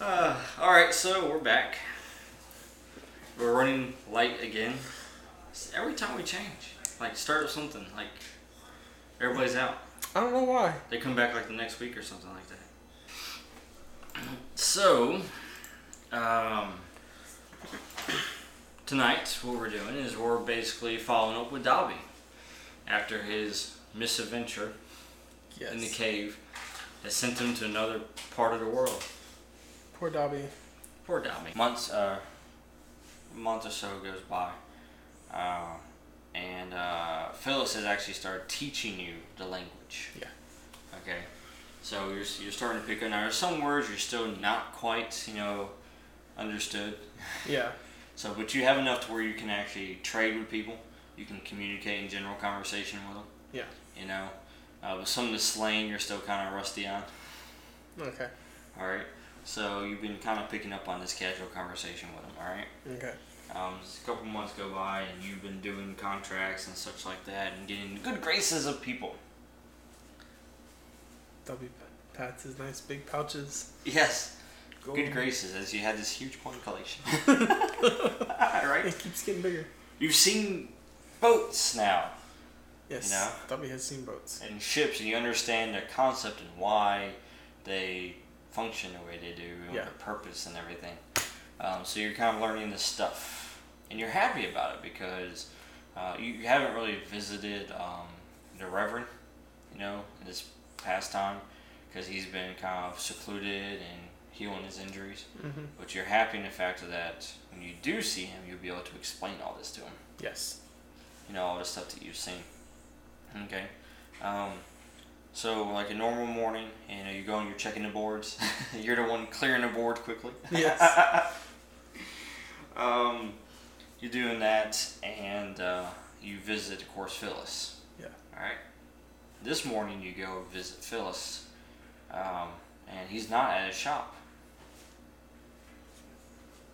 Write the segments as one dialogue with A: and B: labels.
A: Uh, all right, so we're back. We're running late again. It's Every time we change, like start up something, like everybody's out.
B: I don't know why.
A: They come back like the next week or something like that. So, um, tonight what we're doing is we're basically following up with Dobby after his misadventure
B: Yes.
A: in the cave that sent him to another part of the world.
B: Poor Dobby.
A: Poor Dobby. Months, uh, month or so goes by, uh, and uh, Phyllis has actually started teaching you the language.
B: Yeah.
A: Okay. So you're you're starting to pick up now. There's some words you're still not quite, you know, understood.
B: Yeah.
A: So, but you have enough to where you can actually trade with people. You can communicate in general conversation with them.
B: Yeah.
A: You know, uh, but some of the slang you're still kind of rusty on.
B: Okay.
A: All right. So you've been kind of picking up on this casual conversation with them. All right.
B: Okay.
A: Um, just a couple months go by, and you've been doing contracts and such like that, and getting the good graces of people.
B: Dobby pats his nice big pouches.
A: Yes,
B: Go
A: good
B: on.
A: graces, as you had this huge point collection. right?
B: It keeps getting bigger.
A: You've seen boats now
B: Yes.
A: You know?
B: Dobby has seen boats.
A: and ships, and you understand their concept and why they function the way they do, and
B: Yeah.
A: their purpose and everything. Um, so you're kind of learning this stuff, and you're happy about it because uh, you you haven't really visited um, the Reverend, you know, in this past time, because he's been kind of secluded and healing his injuries.
B: Mm-hmm.
A: But you're happy in the fact that when you do see him, you'll be able to explain all this to him
B: Yes.
A: you know, all the stuff that you've seen. Okay. Um, so, like a normal morning, you know, you go and you're checking the boards. you're the one clearing the board quickly.
B: Yes.
A: Um, you're doing that, and uh, you visit, of course, Phyllis.
B: Yeah.
A: All right. This morning, you go visit Phyllis, um, and he's not at his shop.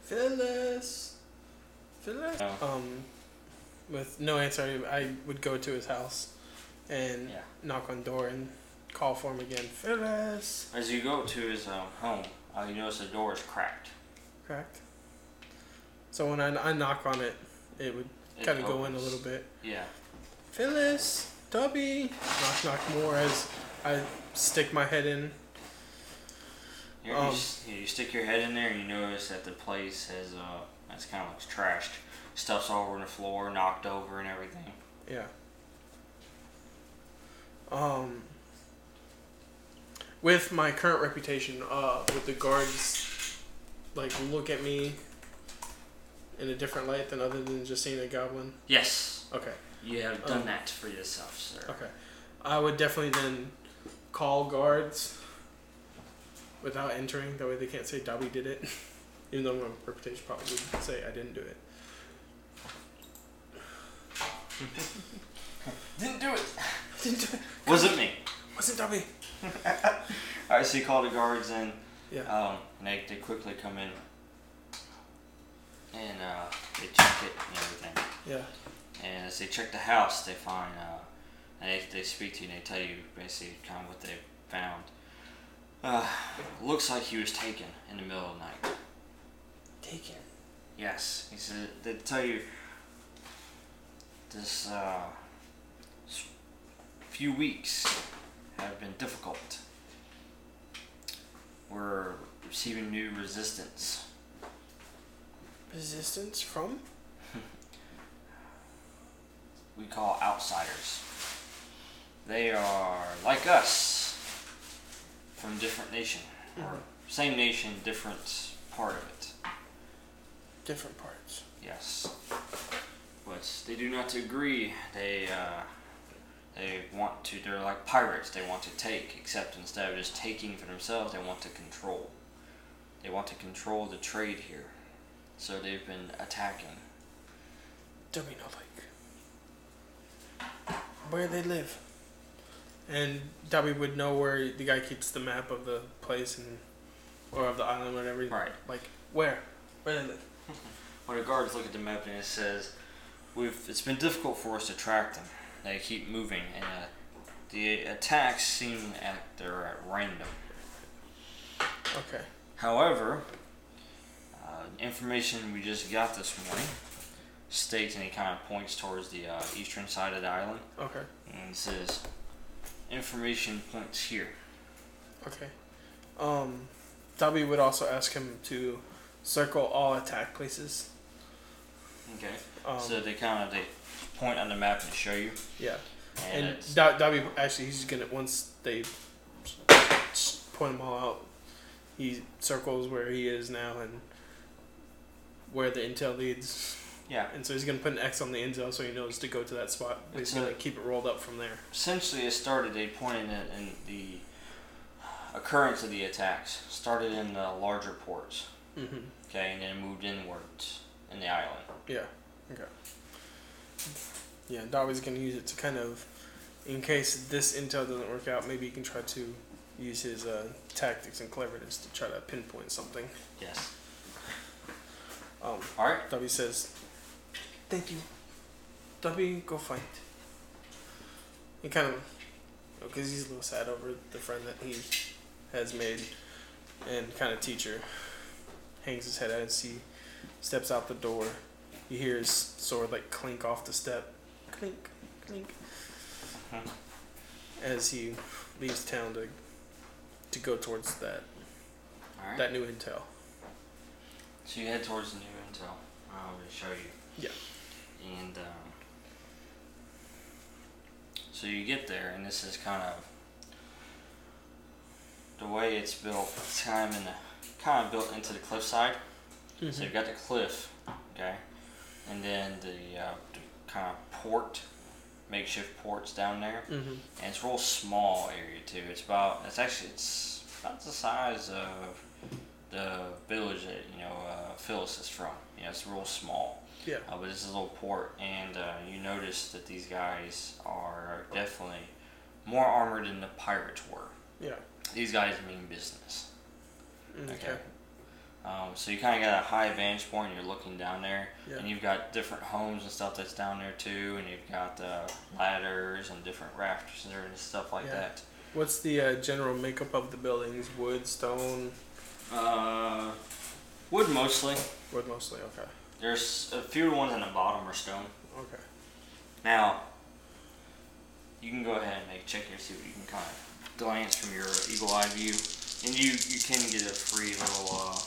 B: Phyllis. Phyllis.
A: No.
B: Um, with no answer, I I would go to his house, and
A: Yeah.
B: knock on door and call for him again. Phyllis.
A: As you go to his um, home, uh, you notice the door is cracked.
B: Correct. So when I, I knock on it, it would
A: It
B: kind of go in a
A: opens.
B: little bit.
A: Yeah.
B: Phyllis, Dobby, knock knock more as I stick my head in.
A: You,
B: Um,
A: you, s- you stick your head in there and you notice that the place has uh, it's kind of looks trashed. Stuff's all over the floor, knocked over, and everything.
B: Yeah. Um. With my current reputation, uh, would the guards like look at me in a different light than other than just seeing a goblin?
A: Yes,
B: Okay.
A: you have done
B: Um,
A: that for yourself, sir.
B: Okay. I would definitely then call guards without entering. That way they can't say Dobby did it. Even though my reputation probably would say I didn't do it.
A: Didn't do it.
B: Didn't do it.
A: Wasn't me.
B: Wasn't Dobby.
A: All right, so you call the guards in,
B: Yeah.
A: um, and they, they quickly come in and uh, they check it and everything.
B: Yeah.
A: And as they check the house, they find, uh, and they, they speak to you and they tell you basically kind of what they found. Uh, looks like he was taken in the middle of the night.
B: Take it.
A: Yes, he said they tell you this uh, s- few weeks have been difficult. We're receiving new resistance.
B: Resistance from?
A: We call outsiders. They are like us, from different nation or same nation, different part of it.
B: Different parts.
A: Yes. But they do not agree. They uh, they want to. They're like pirates. They want to take, except instead of just taking for themselves, they want to control. They want to control the trade here. So they've been attacking.
B: Domino Lake. Where they live. And Dobby would know where the guy keeps the map of the place and or of the island, whatever.
A: Right.
B: Like where? Where they live.
A: When the guards look at the map and it says, "We've it's been difficult for us to track them. They keep moving, and uh, the attacks seem at they're at random."
B: Okay.
A: However, uh, information we just got this morning states and it kind of points towards the uh, eastern side of the island
B: Okay.
A: and it says information points here.
B: Okay. Um, Dobby would also ask him to circle all attack places.
A: Okay.
B: Um,
A: so they kind of they point on the map and show you.
B: yeah.
A: And,
B: And
A: it's,
B: Do- Dobby actually, he's gonna once they s- point them all out, he circles where he is now and where the intel leads,
A: yeah,
B: and so he's gonna put an X on the intel so he knows to go to that spot. But he's
A: It's
B: gonna
A: a-
B: keep it rolled up from there.
A: essentially it started they pointed at in the occurrence of the attacks started in the larger ports.
B: Mm-hmm.
A: Okay, and then moved inwards in the island.
B: Yeah. Okay. Yeah, Dobby's gonna use it to kind of, in case this intel doesn't work out, maybe he can try to use his uh, tactics and cleverness to try to pinpoint something.
A: Yes.
B: Um,
A: All right.
B: Dobby says, "Thank you." Dobby, go fight. He kind of, because he's a little sad over the friend that he has made, and kind of teacher hangs his head out as he steps out the door. You hear his sword like clink off the step, clink, clink,
A: Mhm.
B: as he leaves town to to go towards that
A: All right.
B: that new intel.
A: So you head towards the new intel. I'm going to show you. Yeah. And um, so you get there, and this is kind of the way it's built. It's kind of in the, kind of built into the cliffside. So you've got the cliff, okay, and then the, uh, the kind of port, makeshift ports down there,
B: Mm-hmm.
A: and it's a real small area too. It's about it's actually it's about the size of the village that you know uh, Phyllis is from. You know, it's real small.
B: Yeah.
A: Uh, but it's a little port, and uh, you notice that these guys are definitely more armored than the pirates were.
B: Yeah.
A: These guys mean business.
B: Okay.
A: Um, so you kind of got a high vantage point. You're looking down there,
B: Yeah.
A: and you've got different homes and stuff that's down there too, and you've got uh, ladders and different rafters and stuff like
B: Yeah.
A: that.
B: What's the uh, general makeup of the buildings? Wood, stone,
A: Uh, wood mostly.
B: wood mostly. Okay.
A: There's a few ones on the bottom are stone.
B: Okay.
A: Now, you can go ahead and make a check here, see what you can kind of glance from your eagle eye view, and you you can get a free little uh,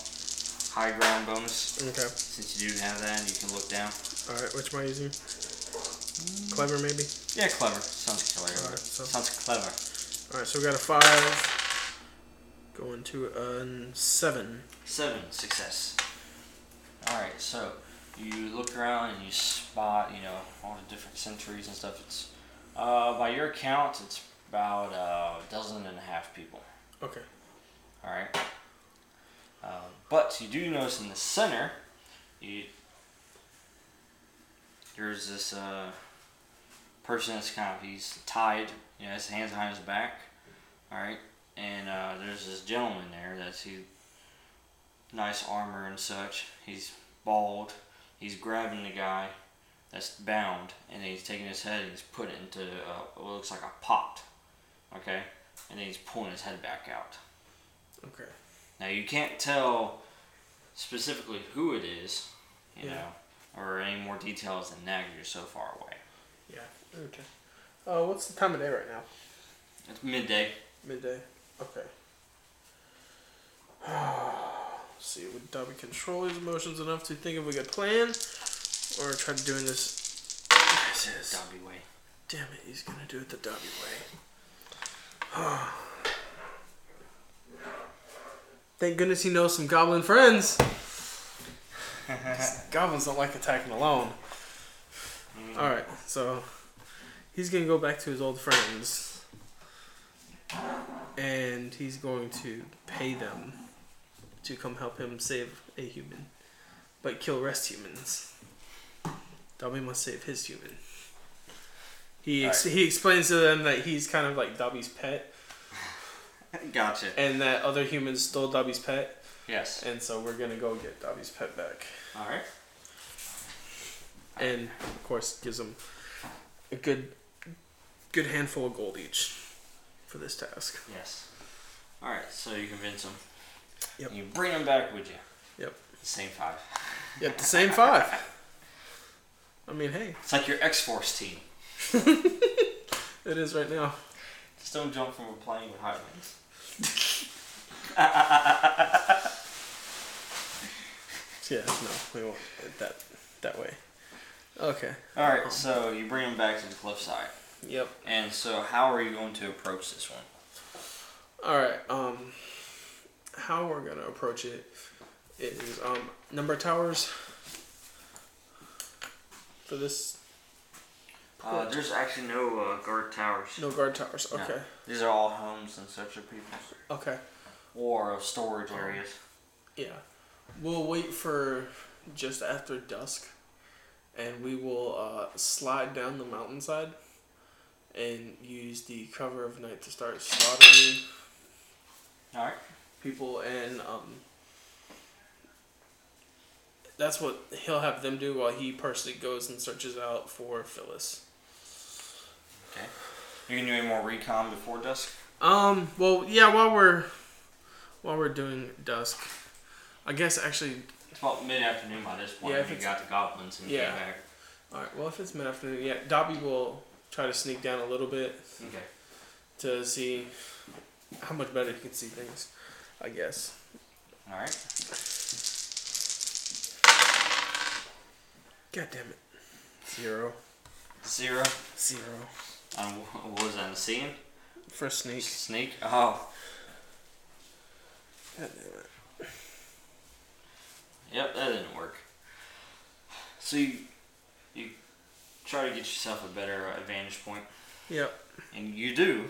A: high ground bonus
B: Okay.
A: since you do have that, and you can look down.
B: All right. Which am I using? Clever, maybe.
A: Yeah, clever. Sounds clever.
B: Alright, so-
A: Sounds clever.
B: All right. So we got a five. Going to a seven.
A: Seven success. All right, so you look around and you spot, you know, all the different centuries and stuff. It's uh, by your count, it's about uh, a dozen and a half people.
B: Okay.
A: All right. Uh, but you do notice in the center, you there's this uh, person that's kind of he's tied, you know, his hands behind his back. All right, and uh, there's this gentleman there that's he nice armor and such. He's bald. He's grabbing the guy that's bound, and he's taking his head and he's putting it into uh, what looks like a pot. Okay, and then he's pulling his head back out.
B: Okay.
A: Now you can't tell specifically who it is, you
B: Yeah.
A: know, or any more details than that 'cause you're so far away.
B: Yeah. Okay. Uh, what's the time of day right now?
A: It's midday.
B: Midday. Okay. see, would Dobby control his emotions enough to think of a good plan, or try to doing this? This is-
A: Dobby way.
B: Damn it, he's gonna do it the Dobby way. Thank goodness he knows some goblin friends. These goblins don't like attacking alone. Alright, so he's gonna go back to his old friends. And he's going to pay them to come help him save a human, but kill rest humans. Dobby must save his human. He, ex- he explains to them that he's kind of like Dobby's pet,
A: gotcha.
B: and that other humans stole Dobby's pet,
A: Yes.
B: and so we're gonna go get Dobby's pet back.
A: All right.
B: And of course, gives them a good good handful of gold each for this task.
A: Yes. All right. So you convince him.
B: Yep.
A: And you bring them back with you.
B: Yep.
A: The same five.
B: Yep, the same five. I mean, hey,
A: It's like your X Force team.
B: it is right now.
A: Just don't jump from a plane with hot wings.
B: Yeah, no, we won't it that that way. Okay.
A: All
B: Uh-huh.
A: right, so you bring them back to the cliffside,
B: Yep.
A: and so how are you going to approach this one?
B: All right. Um, how we're gonna approach it is um number of towers for this.
A: Uh, there's actually no uh, guard towers.
B: No guard towers.
A: No.
B: Okay.
A: These are all homes and such of people,
B: Okay.
A: or storage areas.
B: Yeah. We'll wait for just after dusk, and we will uh, slide down the mountainside and use the cover of night to start slaughtering
A: All right.
B: people and um that's what he'll have them do while he personally goes and searches out for Phyllis.
A: You can do any more recon before dusk.
B: Um well yeah while we're while we're doing dusk I guess actually
A: It's about mid afternoon by this point.
B: Yeah, if
A: if you
B: it's-
A: got the goblins and
B: Yeah.
A: came back.
B: all right well if it's mid afternoon yeah Dobby will try to sneak down a little bit
A: Okay.
B: to see how much better he can see things I guess.
A: All right.
B: God damn it. Zero.
A: Zero.
B: Zero.
A: Um, wh- what was that? A seeing?
B: For a sneak.
A: Sneak. Oh.
B: God damn it.
A: Yep. That didn't work. So you, you try to get yourself a better advantage point.
B: Yep.
A: And you do.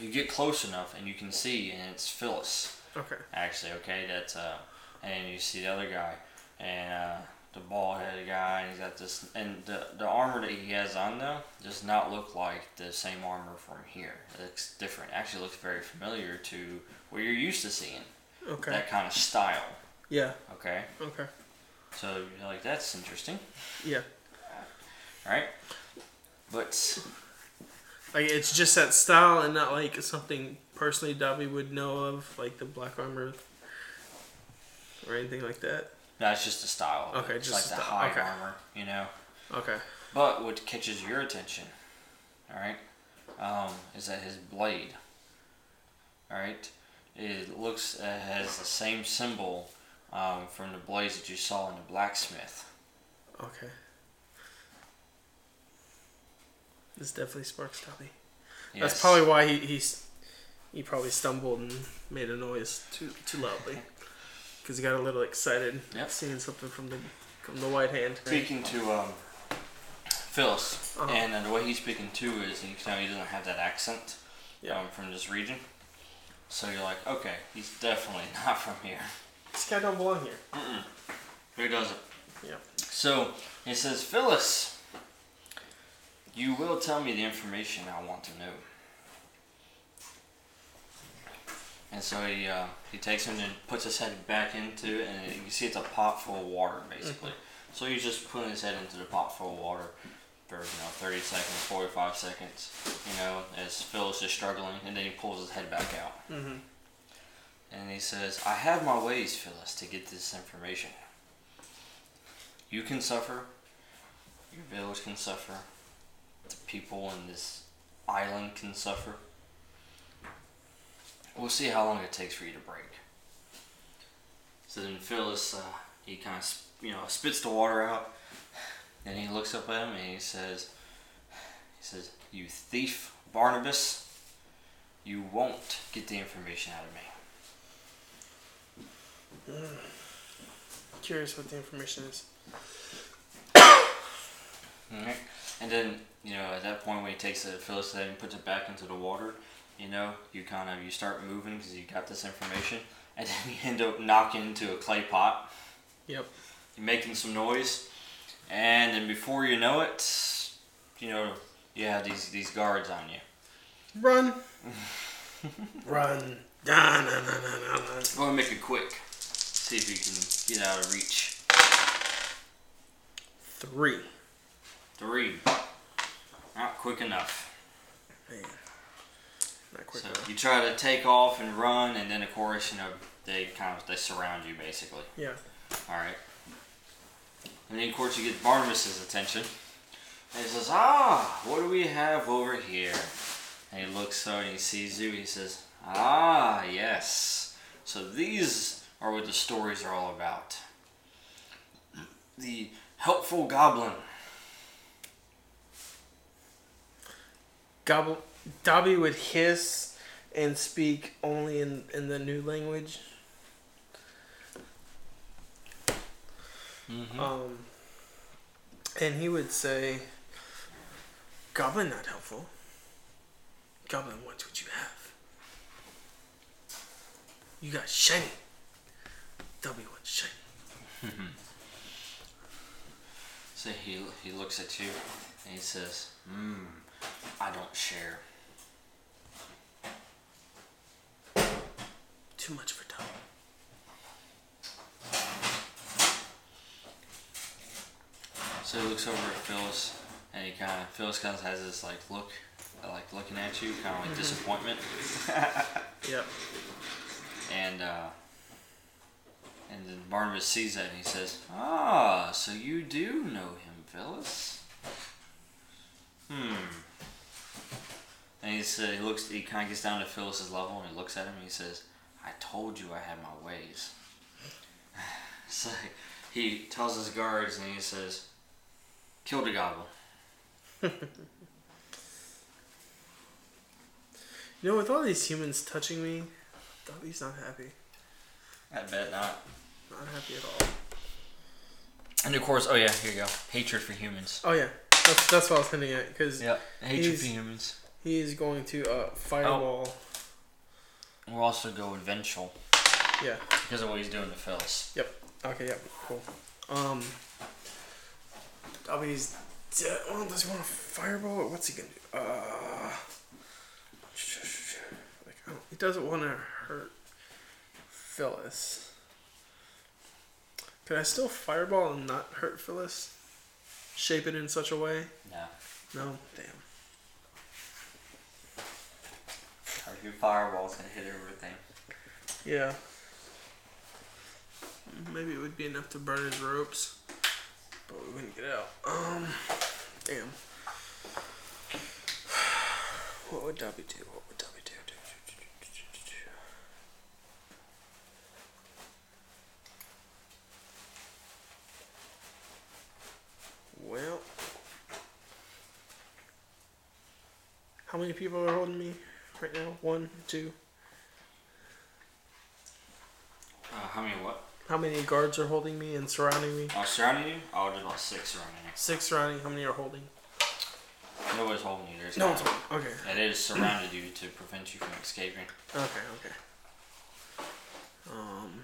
A: You get close enough, and you can see, and it's Phyllis.
B: Okay.
A: Actually, okay, that's uh, and you see the other guy, and uh, the bald-headed guy, and he's got this, and the the armor that he has on though does not look like the same armor from here. It looks different. Actually, looks very familiar to what you're used to seeing.
B: Okay.
A: That kind of style.
B: Yeah.
A: Okay,
B: Okay.
A: so you're like that's interesting,
B: Yeah.
A: right? But
B: Like it's just that style and not like something personally Dobby would know of, like the black armor or anything like that.
A: that's just the style. of it.
B: Okay,
A: it's
B: just
A: like
B: the
A: the
B: style.
A: high
B: Okay.
A: armor, you know.
B: Okay.
A: But what catches your attention, all right, um, is that his blade, all right, it looks uh, has the same symbol um, from the blades that you saw in the blacksmith.
B: Okay. This definitely sparks Dobby. That's
A: Yes.
B: probably why he he's he probably stumbled and made a noise too too loudly because he got a little excited
A: Yep.
B: seeing something from the from the white hand.
A: speaking to um, Phyllis,
B: Uh-huh.
A: and uh, the way he's speaking too is you can tell he doesn't have that accent
B: Yeah.
A: um, from this region. So you're like, okay, he's definitely not from here.
B: This guy don't belong here.
A: He doesn't.
B: Yep.
A: So it says, Phyllis, you will tell me the information I want to know. And so he uh, he takes him and puts his head back into it, and you can see it's a pot full of water, basically. So he's just putting his head into the pot full of water for you know 30 seconds, 45 seconds, you know, as Phyllis is struggling, and then he pulls his head back out.
B: Mm-hmm.
A: And he says, I have my ways, Phyllis, to get this information. You can suffer, your village can suffer, the people in this island can suffer. We'll see how long it takes for you to break. So then Phyllis, uh, he kind of, you know, spits the water out, and he looks up at him and he says, he says, you thief, Barnabas, you won't get the information out of me.
B: Curious what the information is. Mm-hmm.
A: Alright. And then, you know, at that point when he takes the Phyllis head and puts it back into the water, you know, you kind of, you start moving because you got this information. And then you end up knocking into a clay pot,
B: Yep.
A: making some noise. And then before you know it, you know, you have these, these guards on you.
B: Run. Run. Da, na, na, na, na, na.
A: I'm going to make it quick. See if you can get out of reach.
B: Three.
A: Three. Not quick enough.
B: Man. Not quick
A: So
B: enough.
A: you try to take off and run, and then of course you know they kind of they surround you basically.
B: Yeah.
A: All right. And then of course you get Barnabas's attention. And he says, "Ah, what do we have over here?" And he looks over and he sees you. He says, "Ah, yes. So these are what the stories are all about. The helpful goblin."
B: Gobble, Dobby would hiss and speak only in, in the new language. Um, and he would say, Goblin not helpful. Goblin wants what you have. You got shiny. Dobby wants shiny.
A: So he he looks at you and he says, "Hmm, I don't share."
B: Too much for Dobby.
A: So he looks over at Phyllis, and he kind of Phyllis kind of has this like look, uh, like looking at you, kind of like disappointment,
B: Yep.
A: and uh, and then Barnabas sees that and he says, "Ah, so you do know him, Phyllis." Hmm. And he said he looks. He kind of gets down to Phyllis's level and he looks at him and he says, "I told you I had my ways." so he tells his guards and he says, "Kill the goblin."
B: You know, with all these humans touching me, Dobby's not happy.
A: I bet not.
B: Not happy at all.
A: And of course, oh yeah, here you go. Hatred for humans.
B: Oh, yeah. That's, that's what I was hinting at, because
A: Yeah, hatred
B: He's-
A: for humans.
B: he is going to uh, fireball.
A: We'll also go with vengeful
B: Yeah.
A: because of what he's doing to Phyllis.
B: Yep. Okay. Yep. Cool. Um. Dobby's. de- Oh, does he want a fireball? Or what's he gonna do? Uh. Like, I don't, he doesn't want to hurt Phyllis. Could I still fireball and not hurt Phyllis? Shape it in such a way?
A: Yeah,
B: No. Damn.
A: our good fireball's gonna hit everything.
B: Yeah. Maybe it would be enough to burn his ropes, but we wouldn't get out. Um, damn. What would Dobby do? What would Dobby do? Do, do, do, do, do, do, do. Well, how many people are holding me right now? One, two,
A: Uh, how many what?
B: How many guards are holding me and surrounding me?
A: Oh, surrounding you? Oh, there's about six surrounding
B: Six surrounding. How many are holding?
A: you. Nobody's holding you. There's
B: No
A: nine.
B: one's holding. Okay.
A: Yeah, they just surrounded you to prevent you from escaping.
B: Okay. Okay. Um.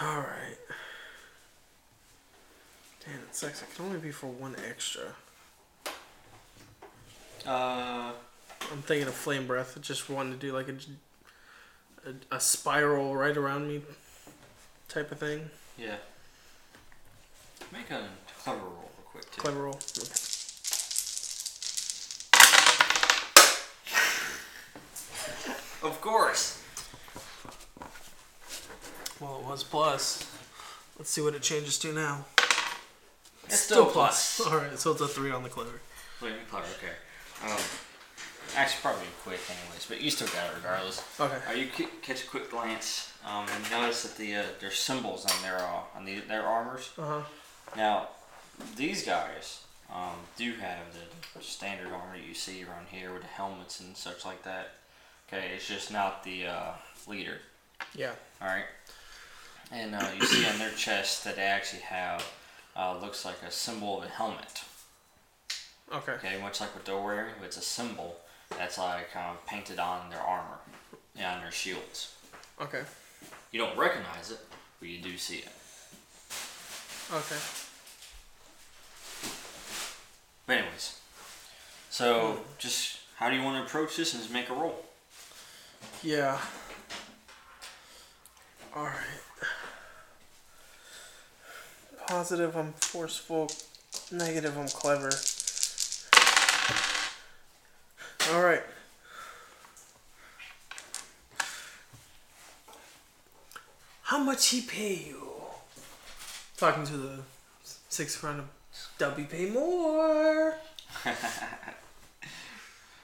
B: All right. Damn, it sucks. I can only be for one extra.
A: Uh,
B: I'm thinking of flame breath. I just wanted to do like a, j- a, a spiral right around me type of thing.
A: yeah. Make a clever roll real quick too.
B: Clever roll. Okay.
A: Of course.
B: Well, it was plus. Let's see what it changes to now.
A: It's still plus.
B: All right, so it's a three on the clever.
A: Wait, clever. Okay. Um, actually, probably quick anyways, but you still got it regardless.
B: Okay.
A: Uh, you ca- catch a quick glance um, and notice that the uh, there's symbols on their uh, on the, their armors.
B: Uh huh.
A: Now, these guys um, do have the standard armor that you see around here with the helmets and such like that. Okay, it's just not the uh, leader.
B: Yeah.
A: All right, and uh, you see on their chest that they actually have uh, looks like a symbol of a helmet.
B: Okay.
A: Okay, much like what they're wearing, but it's a symbol that's like kind of painted on their armor and on their shields.
B: Okay.
A: You don't recognize it, but you do see it.
B: Okay.
A: But anyways, so just how do you want to approach this and just make a roll?
B: Yeah. All right. positive, I'm forceful. Negative, I'm clever. All right. How much he pay you? Talking to the sixth round of W pay more.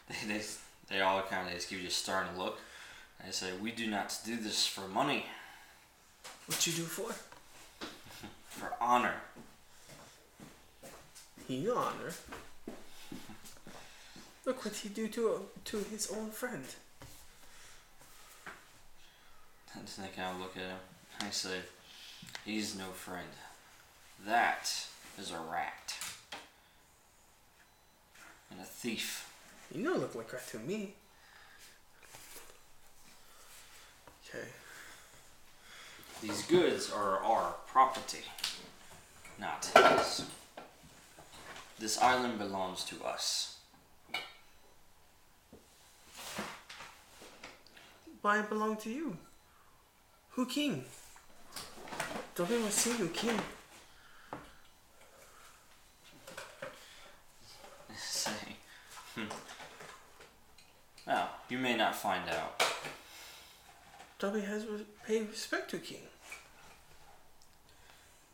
A: They, they, they all kind of they just give you a stern look. They say, "We do not do this for money,
B: What you do for?
A: for honor."
B: He honor. Look what he do to to his own friend.
A: And they kind of look at him. I say, "He's no friend. That is a rat and a thief."
B: You don't look like rat to me. Okay.
A: These goods are our property, not his. This island belongs to us.
B: Why it belong to you? Who king? Don't ever see you king.
A: Say, hmm. Now, you may not find out.
B: Dobby has re- pay respect to king.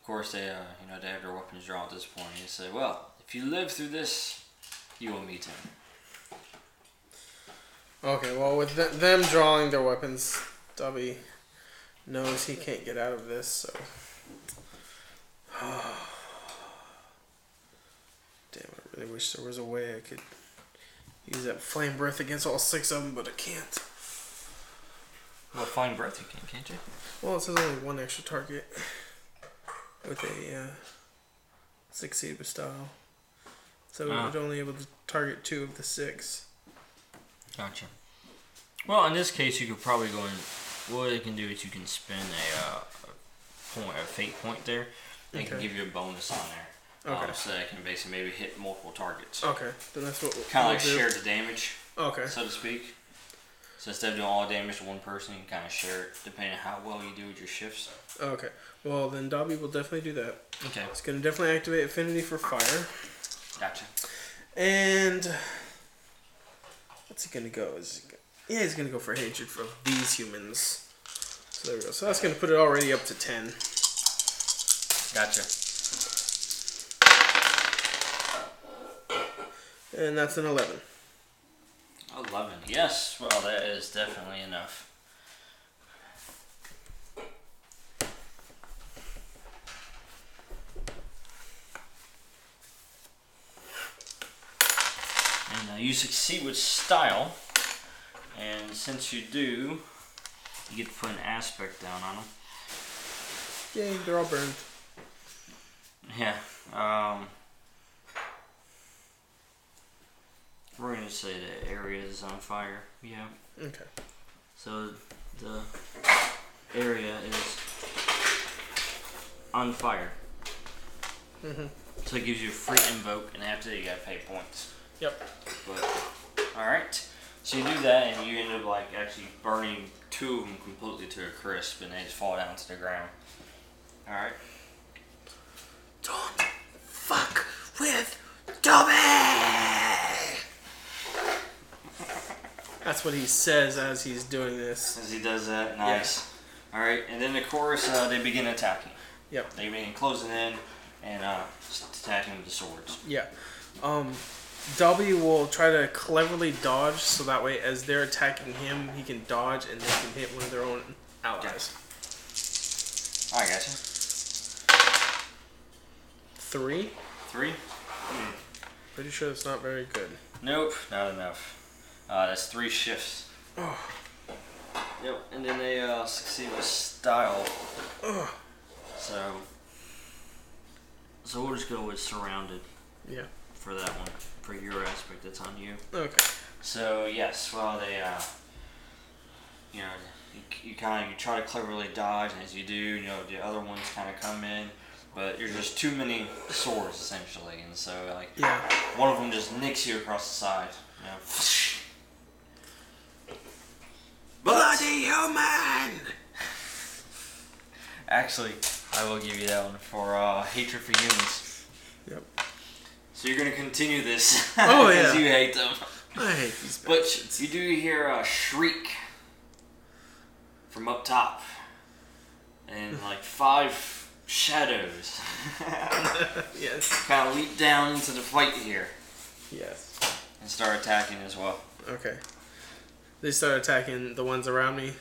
A: Of course, they, uh, you know, they have their weapons drawn at this point. They say, well, if you live through this, you will meet him.
B: Okay, well, with th- them drawing their weapons, Dobby knows he can't get out of this, so. Damn, I really wish there was a way I could use that flame breath against all six of them, but I can't.
A: Well, find breath you can, can't you?
B: Well, it says only one extra target with a uh, succeed with style. So
A: Ah.
B: it would only able to target two of the six.
A: Gotcha. Well, in this case, you could probably go and what they can do is you can spend a, uh, a point, a fate point there. They can
B: Okay.
A: give you a bonus on there,
B: Okay.
A: um, so that it can basically maybe hit multiple targets.
B: Okay, then that's what we'll,
A: Kind of
B: we'll
A: like share
B: do.
A: the damage,
B: Okay,
A: so to speak. So instead of doing all the damage to one person, you can kind of share it depending on how well you do with your shifts.
B: okay. Well, then Dobby will definitely do that.
A: Okay,
B: It's gonna definitely activate affinity for fire,
A: gotcha.
B: and what's he gonna go? Is he go- yeah, he's gonna go for hatred for these humans. So there we go. So that's gonna put it already up to ten.
A: Gotcha.
B: And that's an 11.
A: 11. Yes, well, that is definitely enough. And uh, you succeed with style, and since you do, you get to put an aspect down on them.
B: Yay, they're all burned.
A: Yeah. Um, we're going to say the area is on fire. Yeah.
B: Okay.
A: So the area is on fire.
B: Mhm.
A: So it gives you a free invoke, and after that you gotta pay points.
B: Yep.
A: But all right, so you do that, and you end up like actually burning two of them completely to a crisp, and they just fall down to the ground. All right.
B: Don't fuck with Dobby! That's what he says as he's doing this.
A: As he does that, nice. All right, and then the chorus uh, they begin attacking.
B: Yep.
A: They begin closing in and uh, attacking with the swords.
B: Yeah. Um, Dobby will try to cleverly dodge so that way as they're attacking him, he can dodge and they can hit one of their own allies.
A: All right, gotcha.
B: Three?
A: Three.
B: Pretty sure that's not very good.
A: Nope, not enough. Uh, that's three shifts.
B: Ugh.
A: Yep, and then they uh, succeed with style.
B: Ugh.
A: So, so we'll just go with surrounded
B: Yeah.
A: for that one. For your aspect, that's on you.
B: Okay.
A: So yes, well they, uh, you know, you, you kind of you try to cleverly dodge, and as you do, you know the other ones kind of come in, but there's just too many swords essentially, and so like
B: Yeah.
A: one of them just nicks you across the side. You know. But
B: human!
A: actually, I will give you that one for uh, hatred for humans.
B: Yep.
A: So you're gonna continue this
B: Oh, yeah.
A: you hate them.
B: I hate these
A: But you do hear a shriek from up top, and like five shadows
B: yes.
A: kind of leap down into the fight here
B: Yes.
A: and start attacking as well.
B: Okay. They start attacking the ones around me.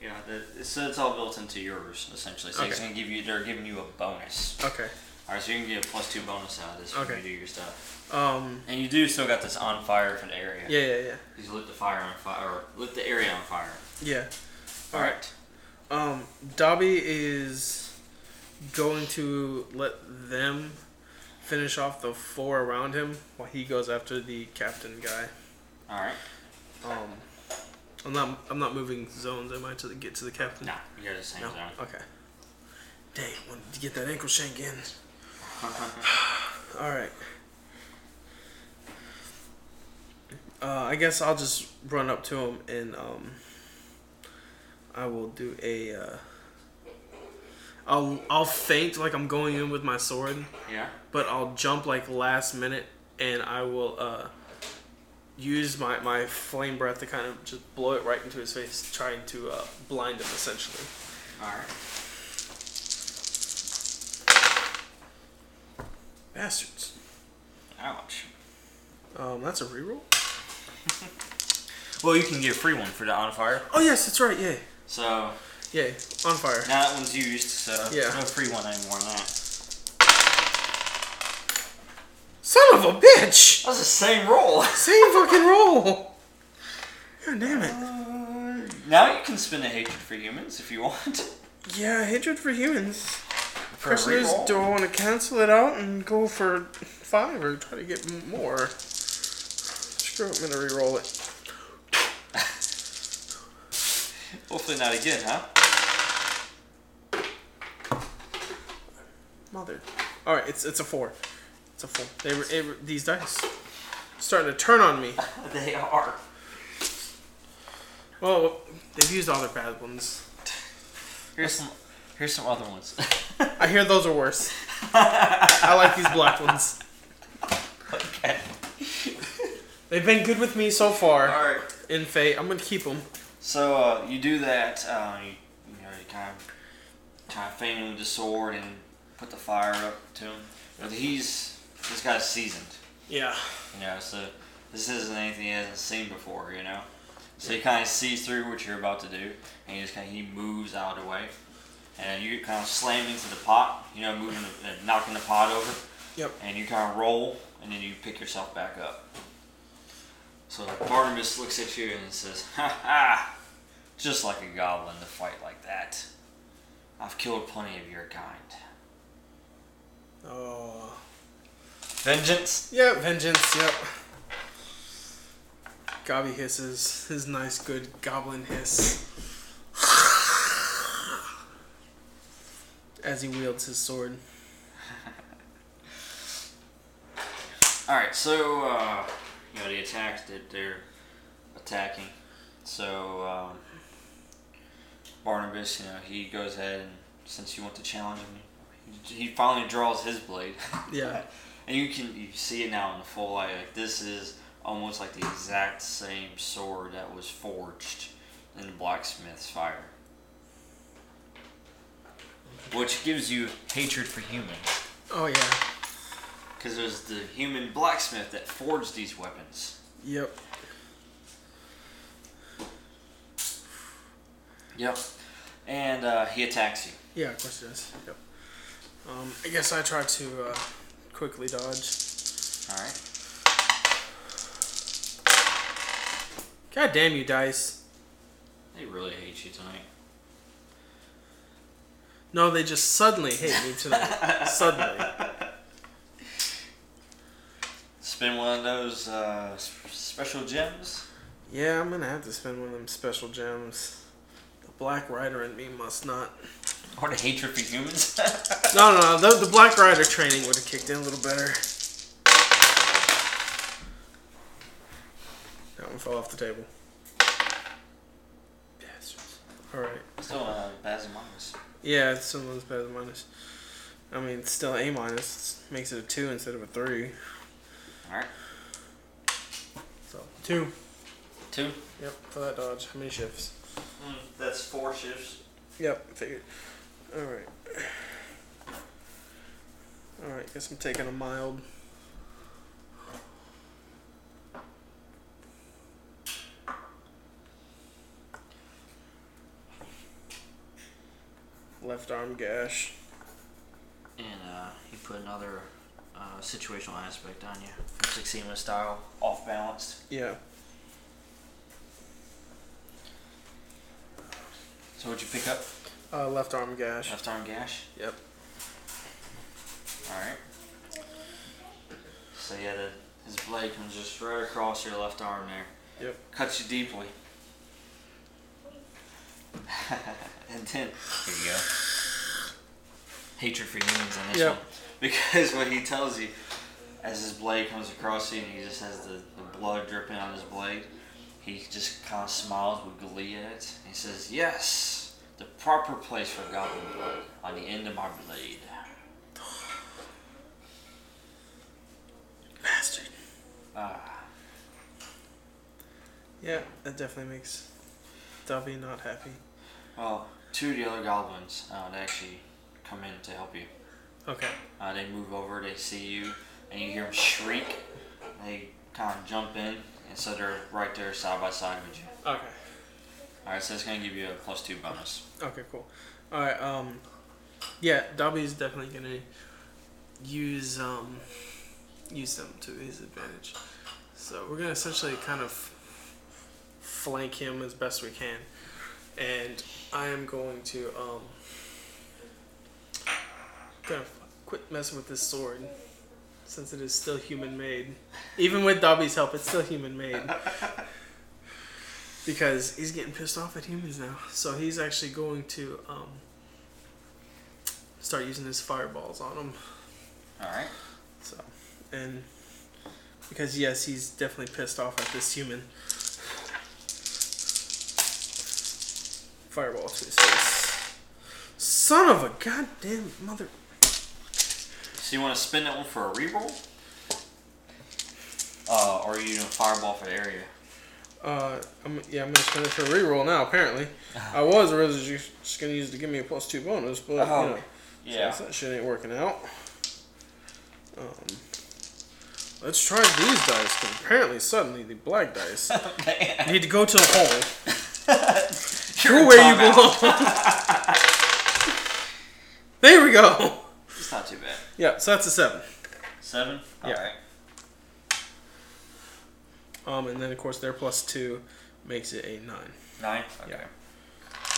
A: Yeah, the, so it's all built into yours essentially. So it's
B: Okay.
A: gonna give you they're giving you a bonus.
B: Okay.
A: All right, so you can get a plus two bonus out of this when
B: Okay.
A: you do your stuff,
B: Um.
A: and you do still got this on fire for the area.
B: Yeah, yeah, yeah.
A: He's lit the fire on fire, or lit the area on fire.
B: Yeah.
A: All right.
B: Um, Dobby is going to let them finish off the four around him while he goes after the captain guy.
A: All right.
B: Um, I'm not. I'm not moving zones. Am I to get to the captain?
A: No, you're the same
B: No.
A: zone.
B: Okay. Dang, wanted to get that ankle shank in. All right. Uh, I guess I'll just run up to him and um, I will do a. Uh, I'll I'll faint like I'm going in with my sword,
A: Yeah.
B: but I'll jump like last minute and I will uh, use my my flame breath to kind of just blow it right into his face, trying to uh, blind him essentially.
A: All right.
B: Bastards.
A: Ouch.
B: Um, that's a reroll.
A: Well, you can get a free one for the on fire.
B: Oh yes, that's right. Yeah,
A: So
B: yeah, on fire.
A: now that one's used, so
B: Yeah.
A: no free one anymore on that.
B: Son of a bitch!
A: That was the same roll.
B: Same fucking roll. God damn it.
A: now you can spin a hatred for humans if you want.
B: Yeah, hatred for humans.
A: For a
B: Question is,
A: reroll.
B: do I want to cancel it out and go for five or try to get m- more? Screw it, I'm gonna re-roll it.
A: Hopefully not again, huh?
B: Mother. All right, it's it's a four. It's a four. They were, it were these dice starting to turn on me.
A: They are.
B: Well, they've used all their bad ones.
A: Here's some. Here's some other ones.
B: I hear those are worse. I like these black ones.
A: okay.
B: They've been good with me so far.
A: All right.
B: In Fate, I'm gonna keep them.
A: So uh, you do that. Uh, you, you know, you kind of kind of feint him with the sword and put the fire up to him. But he's this guy's seasoned,
B: Yeah.
A: you know. So this isn't anything he hasn't seen before, you know. So he kind of sees through what you're about to do, and he just kind of he moves out of the way, and you kind of slam into the pot, you know, moving the, uh, knocking the pot over,
B: Yep.
A: and you kind of roll, and then you pick yourself back up. So Barnabas looks at you and says, "Ha ha! Just like a goblin to fight like that. I've killed plenty of your kind.
B: Oh.
A: Vengeance."
B: Yep. Vengeance. Yep. Gobby hisses his nice, good goblin hiss as he wields his sword.
A: All right, so uh, you know the attacks that they're attacking. So um, Barnabas, you know, he goes ahead and since you want to challenge him, he he finally draws his blade.
B: Yeah.
A: And you can you see it now in the full light. Like this is almost like the exact same sword that was forged in the blacksmith's fire, which gives you hatred for humans
B: Oh yeah.
A: because it was the human blacksmith that forged these weapons.
B: Yep.
A: Yep. And uh, he attacks you.
B: Yeah. Of course it does. Yep. Um, I guess I try to uh, quickly dodge.
A: All right.
B: God damn you, dice!
A: They really hate you tonight.
B: No, they just suddenly hate me tonight. suddenly.
A: Spin one of those uh, s- special gems.
B: Yeah, I'm gonna have to spend one of them special gems. The Black Rider in me must not.
A: Or the hatred for humans.
B: No, no, no. The, the Black Rider training would have kicked in a little better. That one fell off the table. Bastards. All right.
A: Still uh, Baz and Minus.
B: Yeah, it's still is better than minus. I mean, it's still A minus. It makes it a two instead of a three.
A: All right,
B: So two.
A: two.
B: Yep, for that dodge. How many shifts?
A: Mm, that's four shifts.
B: Yep, figured. All right. All right. Guess I'm taking a mild. Left arm gash.
A: And uh, you put another uh, situational aspect on you from Six Sigma style, off balanced.
B: Yeah.
A: So what'd you pick up?
B: Uh, left arm gash.
A: Left arm gash.
B: Yep.
A: All right. So yeah, the, his blade comes just right across your left arm there.
B: Yep.
A: Cuts you deeply. and then here you go. Hatred for humans on this
B: Yeah.
A: one because what he tells you as his blade comes across you and he just has the, the blood dripping on his blade. He just kind of smiles with glee at it. He says, "Yes, the proper place for goblin blood on the end of my blade."
B: Bastard.
A: Ah.
B: Yeah, that definitely makes Dovey not happy.
A: Well, two of the other goblins uh, they actually come in to help you.
B: Okay.
A: Uh, they move over, they see you, and you hear them shriek. They kind of jump in, and so they're right there side by side with you.
B: Okay.
A: Alright, so that's going to give you a plus two bonus.
B: Okay, cool. All right. Um, yeah, Dobby's definitely gonna use um, use them to his advantage. So we're gonna essentially kind of flank him as best we can, and I am going to um, kind of quit messing with this sword since it is still human made. Even with Dobby's help, it's still human made. because he's getting pissed off at humans now. So he's actually going to um, start using his fireballs on them.
A: Alright.
B: So, and because yes, he's definitely pissed off at this human. Fireball to his face. Son of a goddamn mother.
A: So you want to spin that one for a reroll? Uh, or are you doing fireball for the area?
B: Uh, I'm, yeah, I'm gonna spend it for a reroll now. Apparently, I was originally just gonna use it to give me a plus two bonus, but
A: Oh.
B: you know.
A: Yeah.
B: Since that shit ain't working out. Um, let's try these dice, because apparently suddenly the black dice
A: Man.
B: need to go to the hole.
A: You're
B: Go
A: in
B: where you
A: timeout.
B: belong. there we go.
A: It's not too bad.
B: Yeah, so that's a seven.
A: Seven?
B: Yeah.
A: Alright.
B: Um, and then of course their plus two makes it a nine.
A: Nine? Okay.
B: Yeah.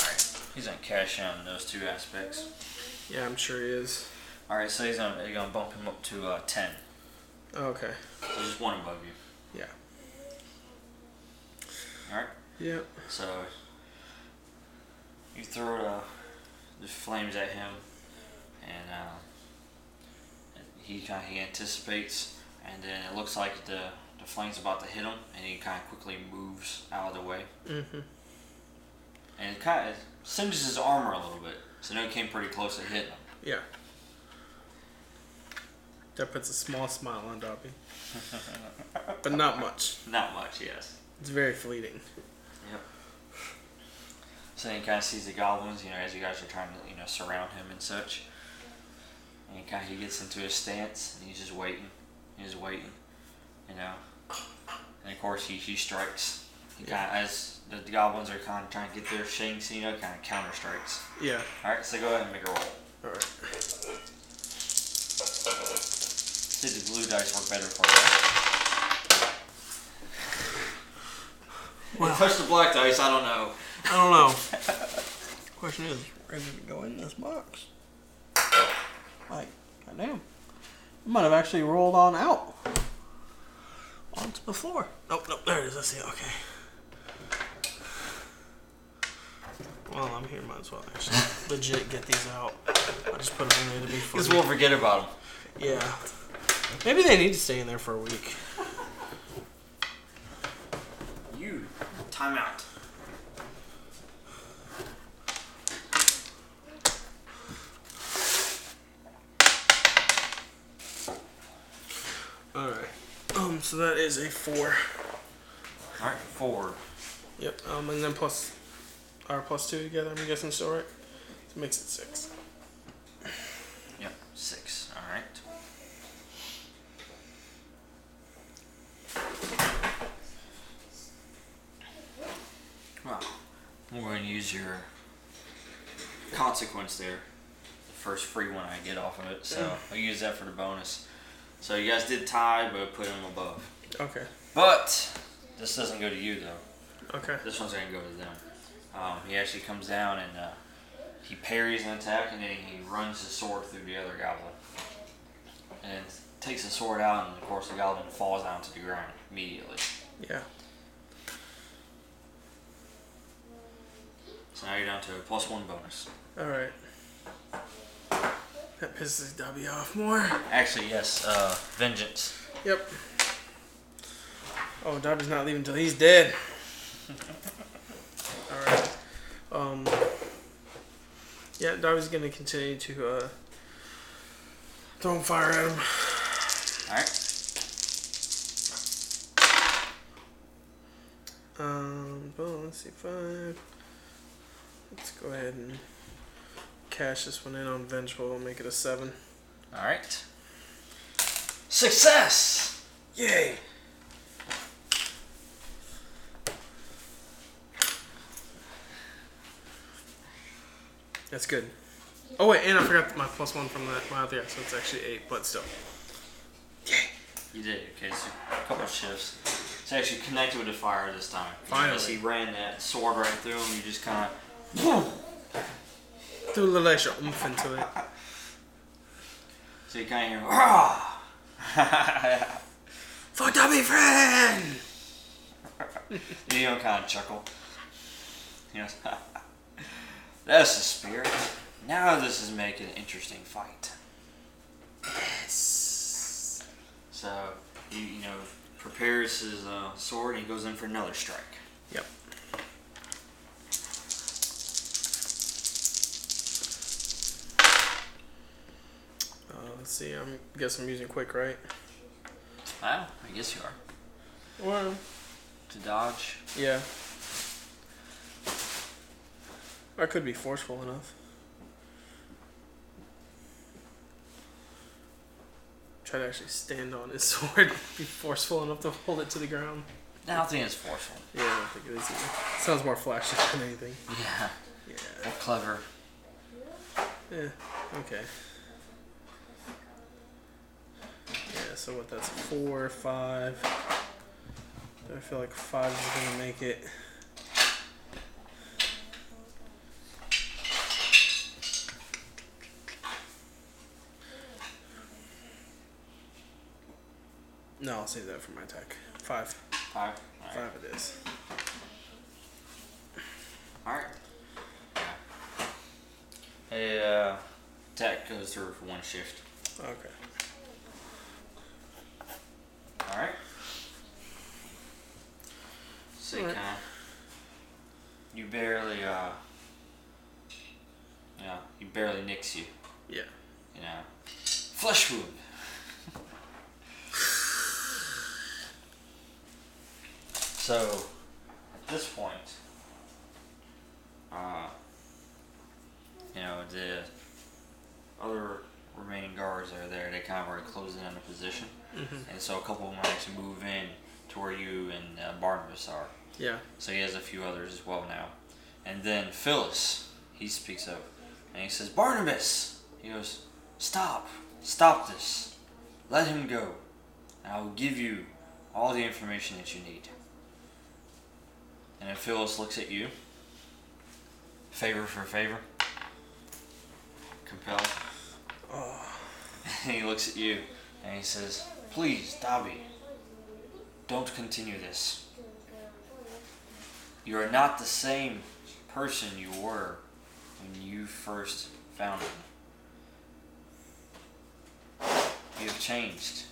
A: Alright. He's gonna cash in on those two aspects.
B: Yeah, I'm sure he is.
A: Alright, so he's gonna, he's gonna bump him up to uh, 10.
B: Okay.
A: So just one above you.
B: Yeah.
A: Alright?
B: Yeah.
A: So you throw the, the flames at him, and uh, he kind of he anticipates, and then it looks like the the flames about to hit him, and he kind of quickly moves out of the way,
B: Mm-hmm.
A: and it kind of singes his armor a little bit, so now he came pretty close to hitting him.
B: Yeah. That puts a small smile on Dobby, but not much.
A: Not much, yes.
B: It's very fleeting.
A: Yep. So then he kind of sees the goblins, you know, as you guys are trying to, you know, surround him and such. And he kind of he gets into his stance, and he's just waiting. He's waiting, you know. And of course, he, he strikes. He kind of, as the, the goblins are kind of trying to get their shanks, you know, kind of counter strikes.
B: Yeah.
A: All right, so go ahead and make a roll.
B: All right.
A: Did the blue dice work better for you?
B: Well-
A: Push the black dice. I don't know.
B: I don't know. Question is, where did it go in this box? Like, goddamn. I might have actually rolled on out. Once before. Nope, nope, there it is. I see it. Okay. Well, I'm here, might as well actually legit get these out. I'll just put them in there to be funny.
A: Because we'll forget about them.
B: Yeah. Maybe they need to stay in there for a week.
A: You.
C: Time out.
B: Alright. Um, so that is a four.
A: Alright, forward.
B: Yep. Um, and then plus our plus two together, I'm guessing still right? So it makes it six.
A: Yep, six. Alright. Well, we're going to use your consequence there. The first free one I get off of it, so I'll use that for the bonus. So you guys did tie, but put them above.
B: Okay.
A: But this doesn't go to you though.
B: Okay.
A: This one's gonna go to them. Um, he actually comes down and uh, he parries an attack, and then he runs his sword through the other goblin, and takes the sword out, and of course the goblin falls down to the ground immediately.
B: Yeah.
A: So now you're down to a plus one bonus.
B: Alright. That pisses Dobby off more.
A: Actually, yes, uh, vengeance.
B: Yep. Oh, Dobby's not leaving until he's dead. Alright. Um. Yeah, Dobby's gonna continue to, uh. Throw fire at him.
A: All right.
B: Um, well, let's see, five. Let's go ahead and cash this one in on Vengeful and make it a seven.
A: All right. Success.
B: Yay! That's good. Oh wait, and I forgot my plus one from that. Wow, yeah, so it's actually eight, but still.
A: You did okay. So a couple of shifts. It's actually connected with the fire this time.
B: Finally.
A: As he ran that sword right through him, you just kind of.
B: Threw a little extra oomph into it.
A: So you kind of hear, "Ah!"
B: For Dobby friend!
A: you know, kind of chuckle. You know, that's the spirit. Now this is making an interesting fight.
B: Yes.
A: So you, you know, prepares his uh, sword and he goes in for another strike.
B: Yep. Uh, let's see. I'm guess I'm using quick, right?
A: Wow, I guess you are
B: Well,
A: to dodge.
B: yeah. I could be forceful enough. Try to actually stand on his sword, be forceful enough to hold it to the ground.
A: I don't think it's forceful.
B: Yeah, I don't think it is either. Sounds more flashy than anything.
A: Yeah,
B: Yeah.
A: or clever.
B: Yeah. Eh, Okay. Yeah. So what? That's four, five. I feel like five is gonna make it. No, I'll save that for my attack. Five.
A: Five. All right.
B: Five it is.
A: All right. Yeah. Hey, uh, attack goes through for one shift.
B: Okay.
A: All right. So you
B: All right.
A: kind of, you barely, uh, you know, you barely nicks you,
B: Yeah.
A: you know. Flesh wound. so, at this point, uh, you know, the other remaining guards that are there, they kind of are closing in a position.
B: Mhm.
A: And so a couple of them actually move in to where you and uh, Barnabas are.
B: Yeah.
A: So he has a few others as well now. And then Phyllis, he speaks up and he says, Barnabas! He goes, Stop! Stop this! Let him go. And I will give you all the information that you need. And then Phyllis looks at you. Favor for favor. Compelled.
B: Oh.
A: And he looks at you and he says, Please, Dobby, don't continue this. You are not the same person you were when you first found him. You have changed.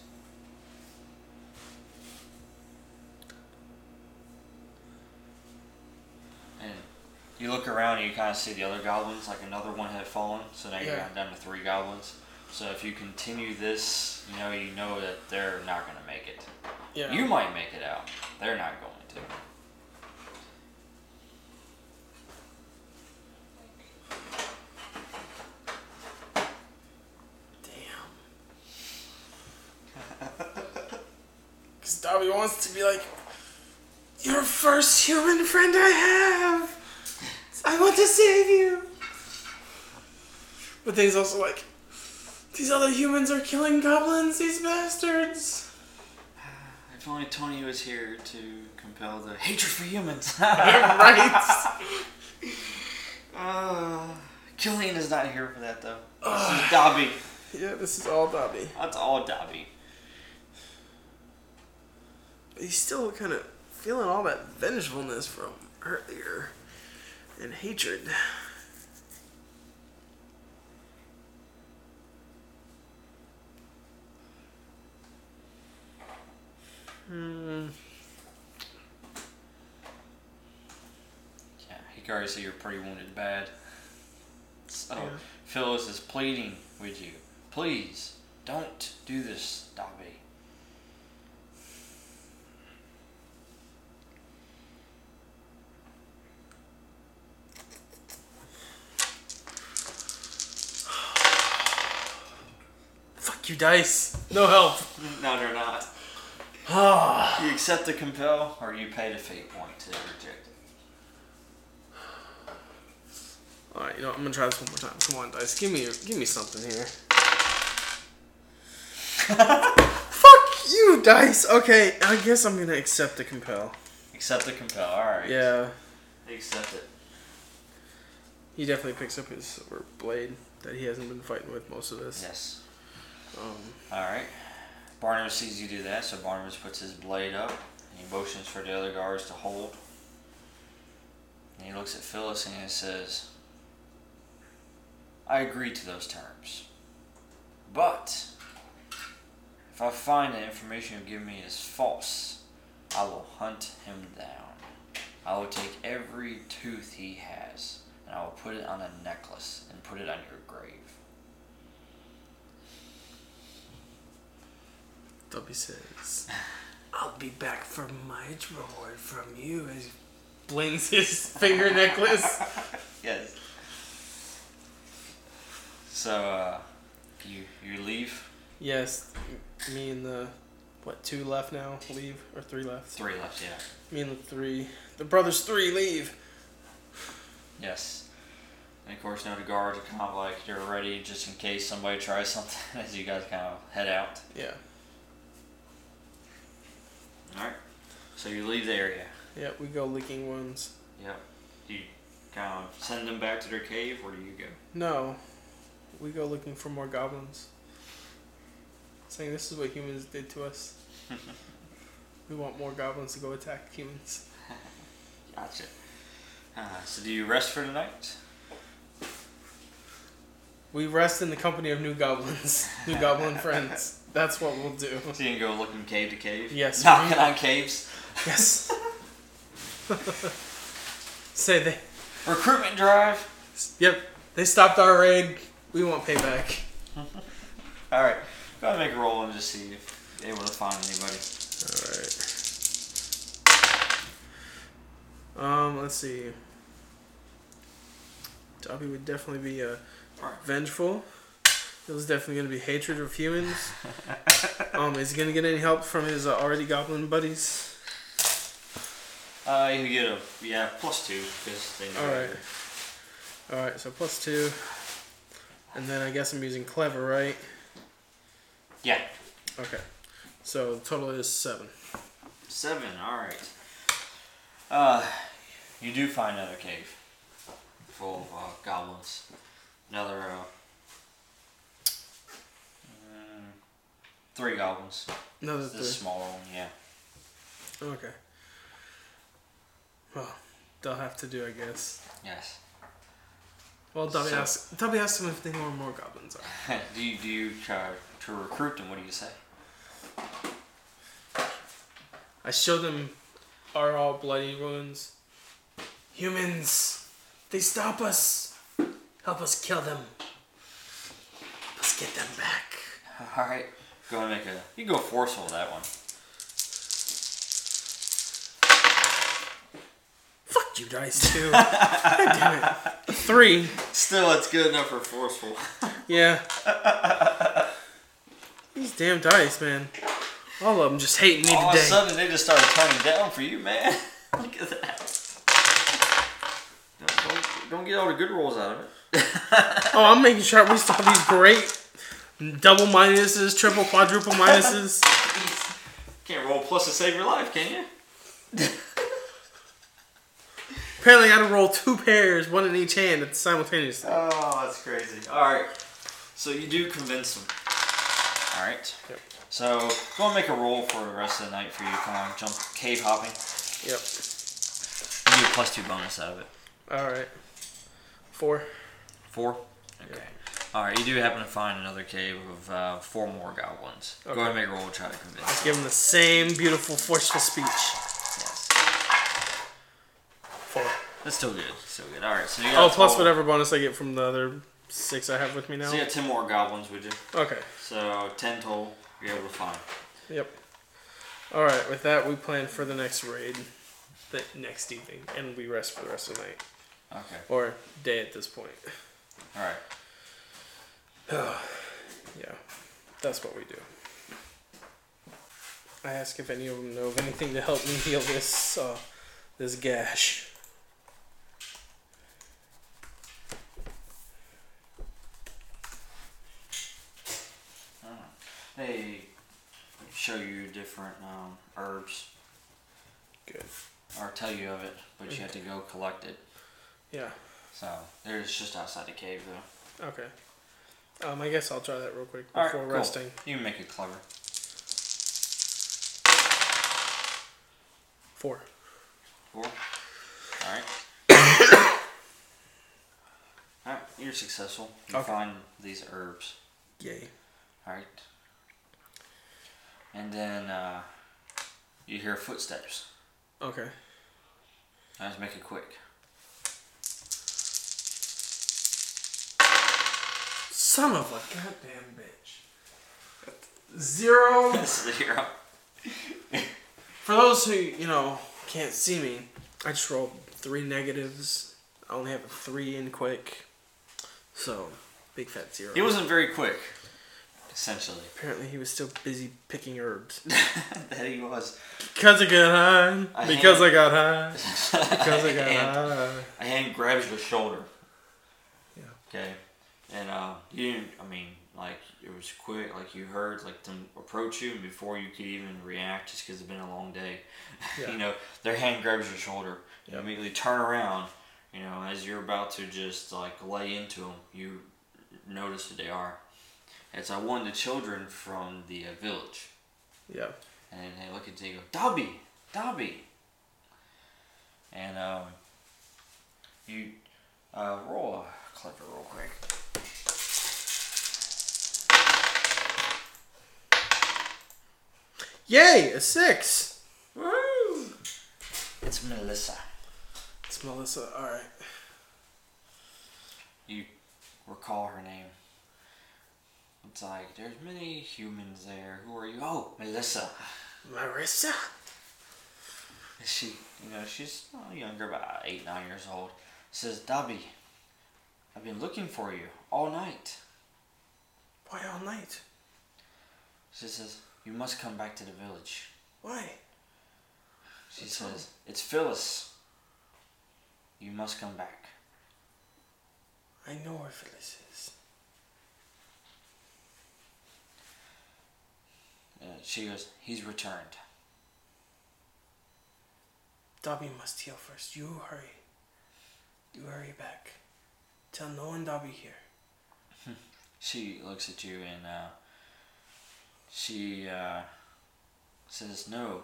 A: And you look around and you kind of see the other goblins, like another one had fallen, so now you're
B: Yeah.
A: down to three goblins. So if you continue this, you know, you know that they're not going to make it.
B: Yeah.
A: You might make it out. They're not going to.
B: Damn. Because Dobby wants to be like, You're first human friend I have! I want to save you! But then he's also like, These other humans are killing goblins, these bastards!
A: If only Tony was here to compel the hatred for humans.
B: right?
A: Uh, Killian is not here for that though. This is Dobby.
B: Yeah, this is all Dobby.
A: That's all Dobby.
B: But he's still kind of feeling all that vengefulness from earlier and hatred. Hmm.
A: Yeah, he can already see you're pretty wounded bad. So
B: Yeah.
A: Phyllis is pleading with you. Please don't do this, Dobby.
B: Fuck you, dice. No help.
A: No, they're not.
B: Ah.
A: You accept the compel, or you pay the fate point to reject it.
B: all right, you know what, I'm gonna try this one more time. Come on, dice. Give me, give me something here. Fuck you, dice. Okay, I guess I'm gonna accept the compel.
A: Accept the compel. All right.
B: Yeah.
A: Accept it.
B: He definitely picks up his silver blade that he hasn't been fighting with most of this.
A: Yes.
B: Um,
A: All right. Barnabas sees you do that, so Barnabas puts his blade up. And he motions for the other guards to hold. And he looks at Phyllis and he says, I agree to those terms. But if I find the information you give me is false, I will hunt him down. I will take every tooth he has, and I will put it on a necklace and put it on your grave.
B: Dobby says, "I'll be back for my reward from you." As he blings his finger necklace.
A: Yes. So uh, you you leave.
B: Yes, m- me and the what two left now? Leave or three left?
A: Three left, yeah.
B: Me and the three, the brothers three leave.
A: Yes. And of course, now the guards are kind of like they're ready just in case somebody tries something as you guys kind of head out.
B: Yeah.
A: All right. So you leave the area.
B: Yeah, we go licking wounds.
A: Yep. You kind of send them back to their cave. Where do you go?
B: No, we go looking for more goblins. Saying this is what humans did to us. we want more goblins to go attack humans.
A: Gotcha. Uh, so do you rest for the night?
B: We rest in the company of new goblins, new goblin friends. That's what we'll do.
A: So you can go looking cave to cave.
B: Yes,
A: Knocking
B: we-
A: on caves.
B: Yes. Say they.
A: Recruitment drive.
B: Yep, they stopped our raid. We want payback.
A: All right. Go ahead and make a roll and just see if you're able to find anybody.
B: Alright. Um, let's see. Dobby would definitely be uh,
A: Alright.
B: vengeful. It was definitely going to be hatred of humans. um, is he going to get any help from his uh, already goblin buddies?
A: Uh, you can get a yeah plus two because they know.
B: All right. All right, so plus two, and then I guess I'm using clever, right?
A: Yeah,
B: Okay. So the total is seven.
A: seven. All right. Uh, you do find another cave full of uh, goblins. Another uh, mm, three goblins.
B: Another
A: This
B: three.
A: smaller one, yeah.
B: Okay. Well, they'll have to do, I guess.
A: Yes.
B: Well, Dobby,
A: So-
B: asks, Dobby asks them if they know where more goblins are.
A: do you do you try to recruit them? What do you say?
B: I show them our all bloody wounds. Humans, they stop us. Help us kill them. Let's get them back.
A: All right. Go and make a. You can go forceful with that one.
B: Fuck you dice too. God damn it. Three.
A: Still, it's good enough for forceful.
B: Yeah. These damn dice, man. All of them just hating me
A: All of a
B: today.
A: sudden, they just started turning down for you, man. Look at that. Don't, don't, don't get all the good rolls out of it.
B: Oh, I'm making sure we stop these great double minuses, triple, quadruple minuses.
A: Can't roll plus to save your life, can you?
B: Apparently, I had to roll two pairs, one in each hand, at simultaneously.
A: Oh, that's crazy. All right. So you do convince them. All right.
B: Yep.
A: So go and make a roll for the rest of the night for you. Come on, jump cave hopping.
B: Yep.
A: You get a plus two bonus out of it.
B: All right. Four.
A: Four. Okay. All right. You do happen to find another cave of uh, four more goblins. Go ahead and
B: Okay.
A: make a roll. to Try to convince.
B: Give him the same beautiful, forceful speech.
A: Yes.
B: Four.
A: That's still good. Still good. All right. So you got
B: Oh,
A: a
B: plus
A: total-
B: whatever bonus I get from the other six I have with me now.
A: So you got ten more goblins, would you?
B: Okay.
A: So ten total. You're able to find.
B: Yep. All right. With that, we plan for the next raid, the next evening, and we rest for the rest of the night
A: Okay.
B: or day at this point.
A: All right.
B: Yeah, that's what we do. I ask if any of them know of anything to help me heal this uh, this gash.
A: They show you different um, herbs
B: Good.
A: or tell you of it, but you have to go collect it.
B: Yeah.
A: So they're just outside the cave, though.
B: Okay. Um, I guess I'll try that real quick
A: All right,
B: before
A: cool.
B: resting.
A: You can make it clever.
B: Four.
A: Four. All right. All right, you're successful. You
B: Okay.
A: find these herbs.
B: Yay.
A: All right. And then uh, you hear footsteps.
B: Okay.
A: Now let's make it quick.
B: Son of a goddamn bitch. Zero.
A: This is the hero.
B: For those who, you know, can't see me, I just rolled three negatives. I only have a three in quick. So, big fat zero.
A: He wasn't very quick, essentially.
B: Apparently, he was still busy picking herbs.
A: that he was.
B: Because I got high.
A: I
B: Because
A: hate-
B: I got high. Because I got
A: And-
B: high.
A: A hand grabs your shoulder.
B: Yeah.
A: Okay. And uh, you didn't. I mean, like it was quick. Like you heard like them approach you and before you could even react, just because it's been a long day.
B: Yeah.
A: you know, their hand grabs your shoulder. You
B: Yeah.
A: immediately turn around. You know, as you're about to just like lay into them, you notice that they are. It's uh, one of the children from the uh, village.
B: Yeah.
A: And they look at you and go, Dobby, Dobby. And um, you uh, roll a clever real quick.
B: Yay! A six!
A: Woo! It's Melissa.
B: It's Melissa. Alright.
A: You recall her name. It's like, there's many humans there. Who are you? Oh, Melissa.
B: Marissa?
A: She, you know, she's uh, younger, about eight, nine years old. Says, Dobby, I've been looking for you all night.
B: Why all night?
A: She says, you must come back to the village.
B: Why?
A: She
B: What's
A: says, It's Phyllis. You must come back.
B: I know where Phyllis is.
A: Uh, she goes, He's returned.
B: Dobby must heal first. You hurry. You hurry back. Tell no one Dobby here.
A: She looks at you and uh, she uh, says, No,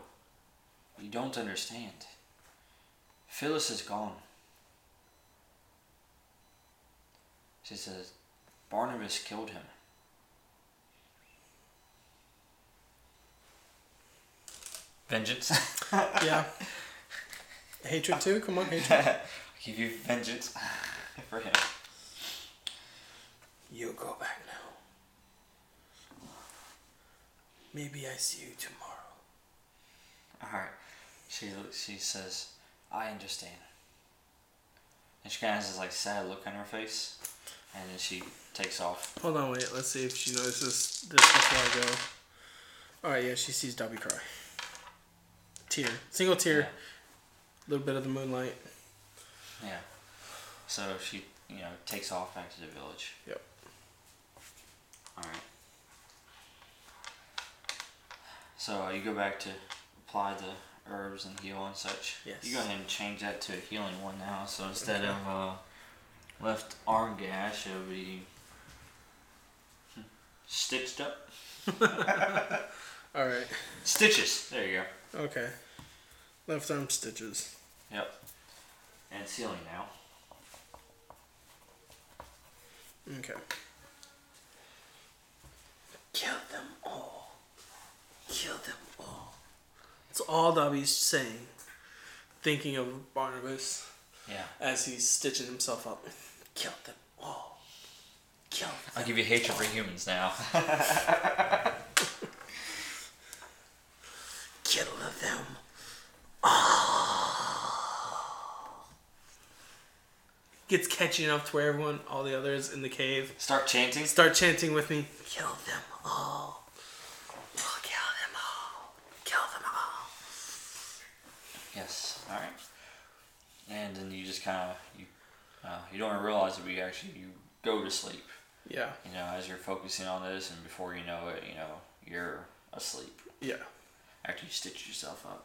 A: you don't understand. Phyllis is gone. She says, Barnabas killed him. Vengeance.
B: Yeah. Hatred too? Come on, hatred.
A: give you vengeance for him.
B: You go back now. Maybe I see you tomorrow.
A: Alright. She she says, I understand. And she kinda has this like sad look on her face. And then she takes off.
B: Hold on, wait. Let's see if she notices this before I go. All right, yeah, she sees Dobby cry. Tear, single tear,
A: Yeah.
B: little bit of the moonlight.
A: Yeah. So she you know, takes off back to the village.
B: Yep.
A: Alright. So uh, you go back to apply the herbs and heal and such.
B: Yes.
A: You go ahead and change that to a healing one now. So instead of uh, left arm gash, it'll be stitched up.
B: All right,
A: Stitches. There you go.
B: okay. Left arm stitches.
A: Yep. And it's healing now.
B: Okay. Kill them all. Kill them all. It's all Dobby's saying, thinking of Barnabas.
A: Yeah.
B: as he's stitching himself up. Kill them all. Kill them.
A: I'll give you hatred for humans now.
B: Kill them. Gets catchy enough to where everyone, all the others in the cave,
A: Start chanting.
B: start chanting with me. Kill them all. Kill them all. Kill them all.
A: Yes. All right. And then you just kind of you uh, you don't even realize it, but you actually you go to sleep.
B: Yeah,
A: You know, as you're focusing on this, and before you know it, you know you're asleep
B: yeah.
A: after you stitch yourself up.